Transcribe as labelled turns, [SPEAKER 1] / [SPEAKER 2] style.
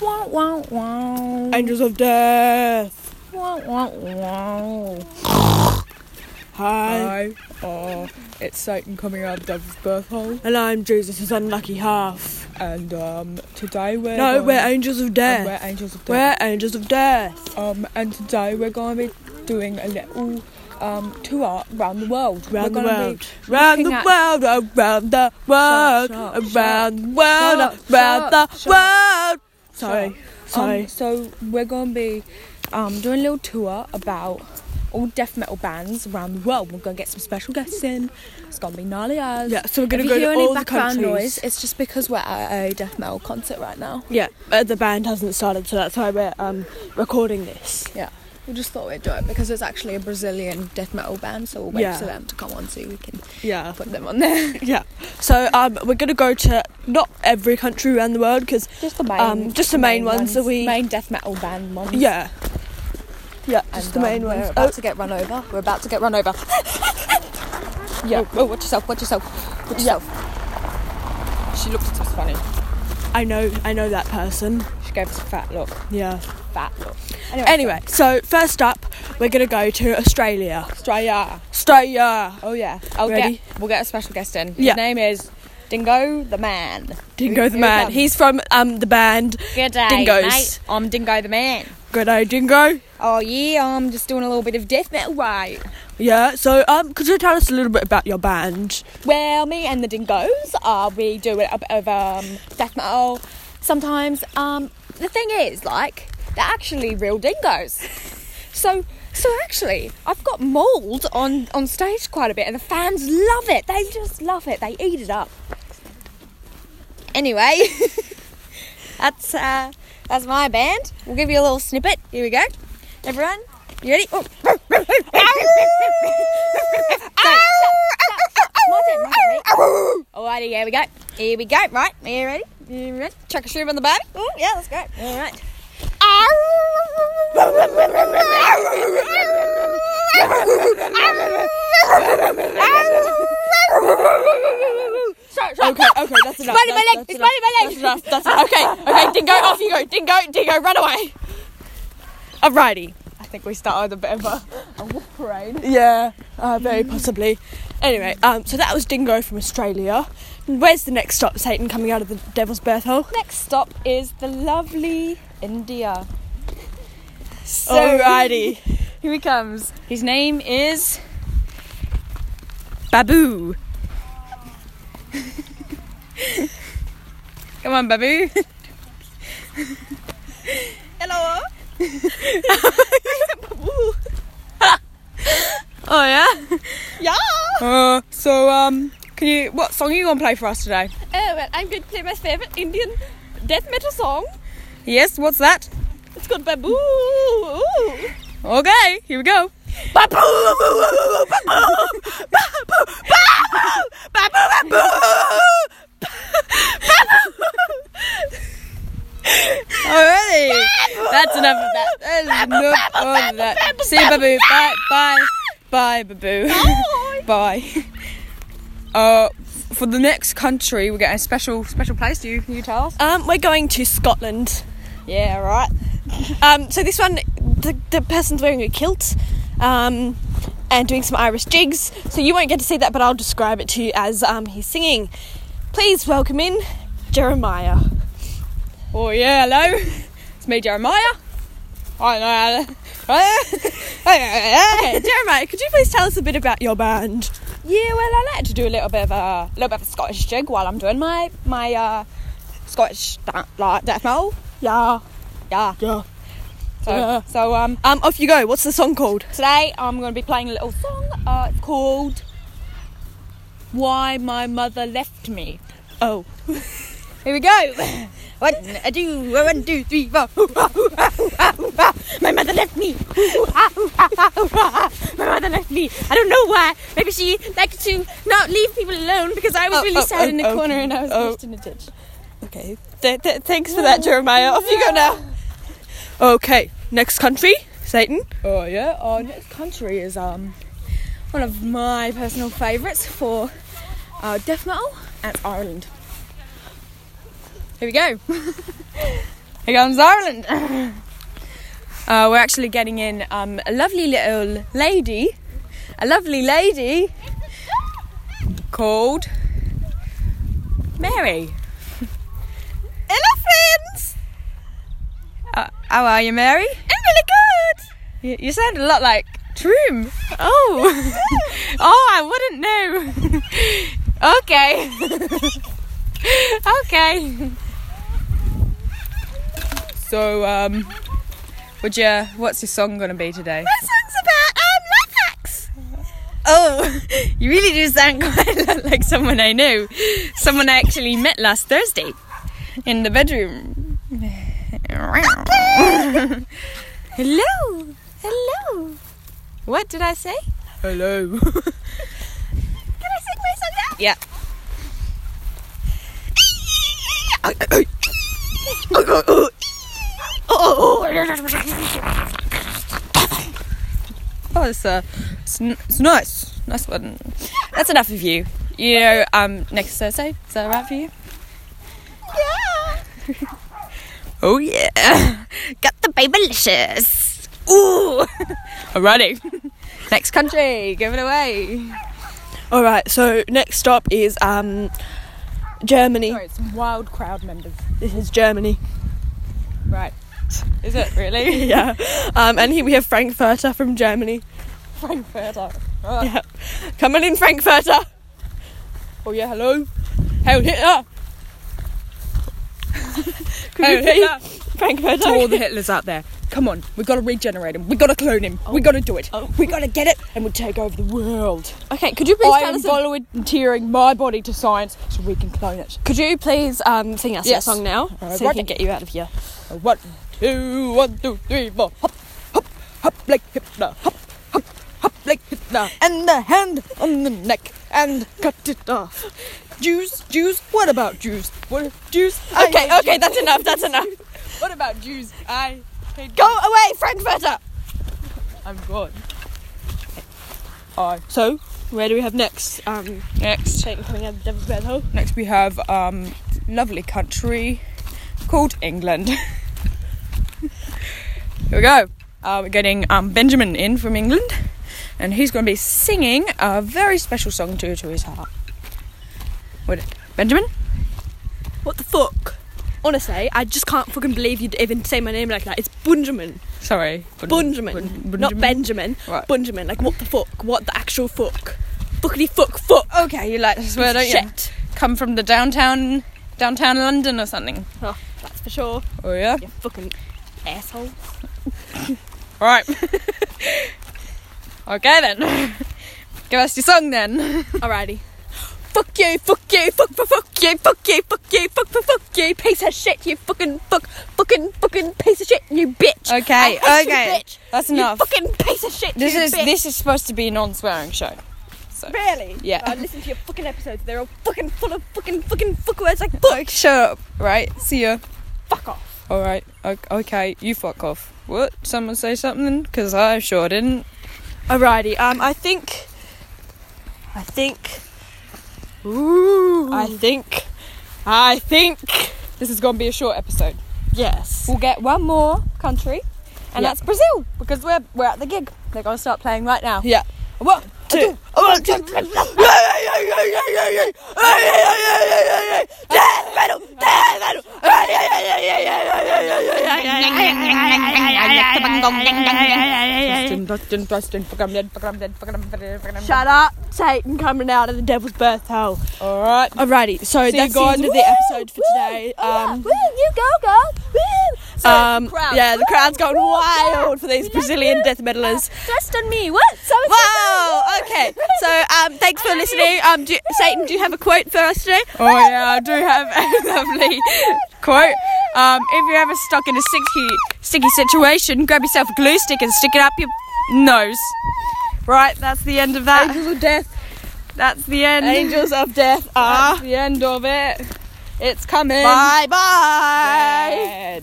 [SPEAKER 1] Wow, wow, wow.
[SPEAKER 2] Angels of Death.
[SPEAKER 1] Wow, wow, wow.
[SPEAKER 2] Hi.
[SPEAKER 1] I are. It's Satan coming out of the devil's birth hole.
[SPEAKER 2] And I'm Jesus' unlucky half.
[SPEAKER 1] And um, today we're.
[SPEAKER 2] no,
[SPEAKER 1] going-
[SPEAKER 2] we're Angels of
[SPEAKER 1] and
[SPEAKER 2] Death.
[SPEAKER 1] We're angels of
[SPEAKER 2] We're
[SPEAKER 1] death.
[SPEAKER 2] Angels of Death.
[SPEAKER 1] Um, and today we're going to be doing a little um, tour around the world. we're
[SPEAKER 2] Round the
[SPEAKER 1] gonna
[SPEAKER 2] world.
[SPEAKER 1] Be,
[SPEAKER 2] Round the
[SPEAKER 1] looking at-
[SPEAKER 2] world. Around the world.
[SPEAKER 1] Shut up, shut
[SPEAKER 2] Around the world.
[SPEAKER 1] shut
[SPEAKER 2] Around
[SPEAKER 1] up,
[SPEAKER 2] the
[SPEAKER 1] shut
[SPEAKER 2] world.
[SPEAKER 1] Um,
[SPEAKER 2] Sorry. Sorry.
[SPEAKER 1] Um, so we're going to be um, doing a little tour about all death metal bands around the world. We're going to get some special guests in. It's going to be gnarly as.
[SPEAKER 2] yeah, so we're going
[SPEAKER 1] if
[SPEAKER 2] to
[SPEAKER 1] Um, you
[SPEAKER 2] go
[SPEAKER 1] hear
[SPEAKER 2] to
[SPEAKER 1] any
[SPEAKER 2] all the
[SPEAKER 1] background
[SPEAKER 2] countries.
[SPEAKER 1] noise, it's just because we're at a death metal concert right now.
[SPEAKER 2] Yeah, but the band hasn't started, so that's why we're um, recording this.
[SPEAKER 1] Yeah. We just thought we'd do it because it's actually a Brazilian death metal band, so we'll wait
[SPEAKER 2] Yeah.
[SPEAKER 1] for them to come on so we can
[SPEAKER 2] Yeah.
[SPEAKER 1] put them on there.
[SPEAKER 2] Yeah. So um, we're going to go to not every country around the world because
[SPEAKER 1] Just the main,
[SPEAKER 2] Um, just the main ones that we-
[SPEAKER 1] main death metal band ones.
[SPEAKER 2] Yeah. Yeah,
[SPEAKER 1] And,
[SPEAKER 2] just the main
[SPEAKER 1] um,
[SPEAKER 2] ones.
[SPEAKER 1] We're about
[SPEAKER 2] Oh,
[SPEAKER 1] to get run over. We're about to get run over.
[SPEAKER 2] yeah.
[SPEAKER 1] Oh, watch yourself. Watch yourself. Watch yourself. She looked at us funny.
[SPEAKER 2] I know, I know that person.
[SPEAKER 1] She gave us a fat look.
[SPEAKER 2] Yeah.
[SPEAKER 1] Fat look.
[SPEAKER 2] Anyway, so first up, we're gonna go to Australia.
[SPEAKER 1] Australia.
[SPEAKER 2] Australia.
[SPEAKER 1] Oh yeah. I'll
[SPEAKER 2] Ready?
[SPEAKER 1] Get, we'll get a special guest in.
[SPEAKER 2] Yeah.
[SPEAKER 1] His name is Dingo the Man.
[SPEAKER 2] Dingo
[SPEAKER 1] Here
[SPEAKER 2] the
[SPEAKER 1] we
[SPEAKER 2] man.
[SPEAKER 1] come.
[SPEAKER 2] He's from um the band.
[SPEAKER 1] Good day,
[SPEAKER 2] Dingoes.
[SPEAKER 1] mate. I'm Dingo the Man.
[SPEAKER 2] Good day, Dingo.
[SPEAKER 1] Oh yeah, I'm just doing a little bit of death metal, right?
[SPEAKER 2] Yeah. So um, could you tell us a little bit about your band?
[SPEAKER 1] Well, me and the dingoes, uh, we do a bit of um, death metal. Sometimes um, the thing is, like, they're actually real dingoes. So, so actually, I've got mould on, on stage quite a bit, and the fans love it. They just love it. They eat it up. Anyway, that's uh, that's my band. We'll give you a little snippet. Here we go. Everyone, you ready? Oh. My turn, my turn, right? Alrighty, here we go. Here we go. Right, are you ready? You ready? Chuck a shoe on the baby. Oh, yeah, that's great. All right. Sorry, sorry.
[SPEAKER 2] Okay. Okay. That's
[SPEAKER 1] biting my
[SPEAKER 2] enough. that's-
[SPEAKER 1] leg,
[SPEAKER 2] that's
[SPEAKER 1] it's biting
[SPEAKER 2] enough,
[SPEAKER 1] my leg.
[SPEAKER 2] That's enough. That's enough. Okay. Okay. Dingo, off you go. Dingo. Dingo, run away. Alrighty.
[SPEAKER 1] I think we started a bit of a, a war parade.
[SPEAKER 2] Yeah, uh, very possibly. Anyway, um, so that was Dingo from Australia. Where's the next stop, Satan, coming out of the devil's birth hole?
[SPEAKER 1] Next stop is the lovely India. So,
[SPEAKER 2] Alrighty.
[SPEAKER 1] Here he comes. His name is
[SPEAKER 2] Babu.
[SPEAKER 1] Come on, Babu. Hello.
[SPEAKER 2] Oh, yeah?
[SPEAKER 1] Yeah.
[SPEAKER 2] Uh, so, um, can you, what song are you going to play for us today?
[SPEAKER 1] Uh, well, I'm going to play my favorite Indian death metal song.
[SPEAKER 2] Yes, what's that?
[SPEAKER 1] It's called Babu. Ooh.
[SPEAKER 2] Okay, here we go. Babu! Babu! Babu! Babu! Babu! Babu!
[SPEAKER 1] Alrighty. That's enough of that. That's enough of that. See you, Babu. Bye. Bye. Bye, Babu. Bye. Uh, for the next country, we're getting a special special place. You you tell us.
[SPEAKER 2] Um, we're going to Scotland.
[SPEAKER 1] Yeah, right.
[SPEAKER 2] Um, so this one, the, the person's wearing a kilt um, and doing some Irish jigs. So you won't get to see that, but I'll describe it to you as um, he's singing. Please welcome in Jeremiah.
[SPEAKER 1] Oh yeah, hello. It's me, Jeremiah. I know.
[SPEAKER 2] Okay, Jeremiah, could you please tell us a bit about your band?
[SPEAKER 1] Yeah, well, I like to do a little bit of a little bit of a Scottish jig while I'm doing my my uh, Scottish da- like death metal.
[SPEAKER 2] Yeah,
[SPEAKER 1] Yeah.
[SPEAKER 2] yeah.
[SPEAKER 1] So,
[SPEAKER 2] Yeah.
[SPEAKER 1] so um,
[SPEAKER 2] Um, off you go. What's the song called?
[SPEAKER 1] today I'm going to be playing a little song. Uh, it's called "Why My Mother Left Me."
[SPEAKER 2] Oh,
[SPEAKER 1] Here we go. One, a two, a one, two, three, four. My mother left me. My mother left me. I don't know why. Maybe she liked to not leave people alone because I was
[SPEAKER 2] Oh,
[SPEAKER 1] really
[SPEAKER 2] oh,
[SPEAKER 1] sad
[SPEAKER 2] oh,
[SPEAKER 1] in the
[SPEAKER 2] oh,
[SPEAKER 1] corner and I was
[SPEAKER 2] oh.
[SPEAKER 1] lost in a ditch.
[SPEAKER 2] okay. Th- th- thanks for that, Jeremiah. Off you go now. Okay, next country, Satan.
[SPEAKER 1] Oh yeah. Our next country is um one of my personal favourites for uh, death metal, and it's Ireland. Here we go. Here comes Ireland. Uh, we're actually getting in um, a lovely little lady, a lovely lady called Mary.
[SPEAKER 2] Hello, friends.
[SPEAKER 1] Uh, how are you, Mary?
[SPEAKER 2] I'm really good.
[SPEAKER 1] You, you sound a lot like Troom. Oh, oh, I wouldn't know. okay, okay. So, um, would you? What's your song gonna be today?
[SPEAKER 2] That song's about um life hacks.
[SPEAKER 1] Oh, you really do sound quite a lot like someone I know. Someone I actually met last Thursday in the bedroom. Hello.
[SPEAKER 2] Hello.
[SPEAKER 1] What did I say? Hello.
[SPEAKER 2] Can I sing my song now?
[SPEAKER 1] yeah. Oh, it's, uh, it's, n- it's nice. Nice one. That's enough of you. You know, um, next Thursday. Is that right for you?
[SPEAKER 2] Yeah.
[SPEAKER 1] Oh, yeah.
[SPEAKER 2] Got the babylicious.
[SPEAKER 1] Ooh. Alrighty. next country. Give it away.
[SPEAKER 2] All right. So next stop is um Germany.
[SPEAKER 1] it's wild crowd members.
[SPEAKER 2] This is Germany.
[SPEAKER 1] Right. Is it really?
[SPEAKER 2] Yeah. Um, and here we have Frankfurter from Germany.
[SPEAKER 1] Frankfurter.
[SPEAKER 2] Yeah. Come on in, Frankfurter.
[SPEAKER 1] Oh, yeah, hello. Hail Hitler.
[SPEAKER 2] Could
[SPEAKER 1] Hail
[SPEAKER 2] you please-
[SPEAKER 1] Hitler. to all
[SPEAKER 2] Frankfurter.
[SPEAKER 1] the Hitlers out there. Come on, we Oh, gotta regenerate him. We gotta clone him.
[SPEAKER 2] Oh.
[SPEAKER 1] We gotta do it. We gotta get it, and we'll take over the world.
[SPEAKER 2] Okay. Could you please
[SPEAKER 1] I
[SPEAKER 2] tell
[SPEAKER 1] am
[SPEAKER 2] us? A,
[SPEAKER 1] volunteering my body to science so we can clone it.
[SPEAKER 2] could you please um sing us
[SPEAKER 1] Yes.
[SPEAKER 2] that song now
[SPEAKER 1] All right,
[SPEAKER 2] so we can
[SPEAKER 1] right.
[SPEAKER 2] get you out of here?
[SPEAKER 1] One, two, one, two, three, four. Hop, hop, hop like Hitler. Hop, hop, hop like Hitler. And the hand on the neck and cut it off. Jews, Jews. What about Jews? What if Jews? I
[SPEAKER 2] Okay.
[SPEAKER 1] hate
[SPEAKER 2] Okay. That's enough. That's enough.
[SPEAKER 1] Jews. What about Jews? I hate.
[SPEAKER 2] Go away, Frankfurter.
[SPEAKER 1] I'm gone. I
[SPEAKER 2] So, where do we have next? Um,
[SPEAKER 1] next.
[SPEAKER 2] Satan coming out of the devil's manhole.
[SPEAKER 1] Next we have um lovely country called England. Here we go. Uh, we're getting um, Benjamin in from England, and he's going to be singing a very special song to to his heart. Wait, Benjamin?
[SPEAKER 2] What the fuck? Honestly, I just can't fucking believe you'd even say my name like that. It's Bunjamin.
[SPEAKER 1] Sorry,
[SPEAKER 2] Bunjamin.
[SPEAKER 1] Bun-
[SPEAKER 2] Not Benjamin.
[SPEAKER 1] Right.
[SPEAKER 2] Bunjamin. Like, what the fuck? What the actual fuck? Fuckity fuck fuck.
[SPEAKER 1] Okay, you like this word, don't you?
[SPEAKER 2] Shit.
[SPEAKER 1] Come from the downtown, downtown London or something.
[SPEAKER 2] Oh, that's for sure.
[SPEAKER 1] Oh yeah.
[SPEAKER 2] You fucking asshole.
[SPEAKER 1] All right. okay then. Give us your song then.
[SPEAKER 2] Alrighty. Fuck you, fuck you, fuck for fuck you, fuck you, fuck you, fuck for fuck you, piece of shit, you fucking fuck, fucking fucking piece of shit, you bitch.
[SPEAKER 1] Okay,
[SPEAKER 2] I hate you,
[SPEAKER 1] okay.
[SPEAKER 2] bitch.
[SPEAKER 1] That's
[SPEAKER 2] You
[SPEAKER 1] enough.
[SPEAKER 2] fucking piece of shit.
[SPEAKER 1] This
[SPEAKER 2] you
[SPEAKER 1] is
[SPEAKER 2] bitch.
[SPEAKER 1] this is supposed to be a non-swearing show.
[SPEAKER 2] Really?
[SPEAKER 1] Yeah.
[SPEAKER 2] I listen to your fucking episodes. They're all fucking full of fucking fucking fuck words like fuck.
[SPEAKER 1] shut up. Right. See ya.
[SPEAKER 2] Fuck off.
[SPEAKER 1] All right. o- Okay. You fuck off. What? Someone say something? Cause I sure didn't.
[SPEAKER 2] Alrighty. Um, I think. I think.
[SPEAKER 1] Ooh.
[SPEAKER 2] I think. I think.
[SPEAKER 1] this is gonna be a short episode.
[SPEAKER 2] Yes.
[SPEAKER 1] We'll get one more country, and
[SPEAKER 2] Yeah.
[SPEAKER 1] that's Brazil because we're we're at the gig. They're gonna start playing right now. Oh,
[SPEAKER 2] Yeah.
[SPEAKER 1] What?
[SPEAKER 2] Two. Death metal. Death metal. Shut up, Satan coming out of the devil's birth hole.
[SPEAKER 1] All right.
[SPEAKER 2] Alrighty, so
[SPEAKER 1] See you
[SPEAKER 2] that's
[SPEAKER 1] guys.
[SPEAKER 2] the end of
[SPEAKER 1] Woo!
[SPEAKER 2] the episode for
[SPEAKER 1] Woo!
[SPEAKER 2] today. Um,
[SPEAKER 1] you go, girls. Woo!
[SPEAKER 2] um, yeah, the crowd's gone
[SPEAKER 1] Woo!
[SPEAKER 2] wild for these
[SPEAKER 1] Yeah.
[SPEAKER 2] Brazilian
[SPEAKER 1] Yeah.
[SPEAKER 2] death metalers.
[SPEAKER 1] Just on me. What? So it's
[SPEAKER 2] Wow. Okay. So, um, thanks for listening. Um, do, Satan, do you have a quote for us today?
[SPEAKER 1] Oh yeah, I do have a lovely quote. Um, if you're ever stuck in a sticky, sticky situation, grab yourself a glue stick and stick it up your nose. Right, that's the end of that. Angels of death. That's the end.
[SPEAKER 2] Angels of death
[SPEAKER 1] That's
[SPEAKER 2] are.
[SPEAKER 1] the end of it. It's coming.
[SPEAKER 2] Bye bye.
[SPEAKER 1] Dead.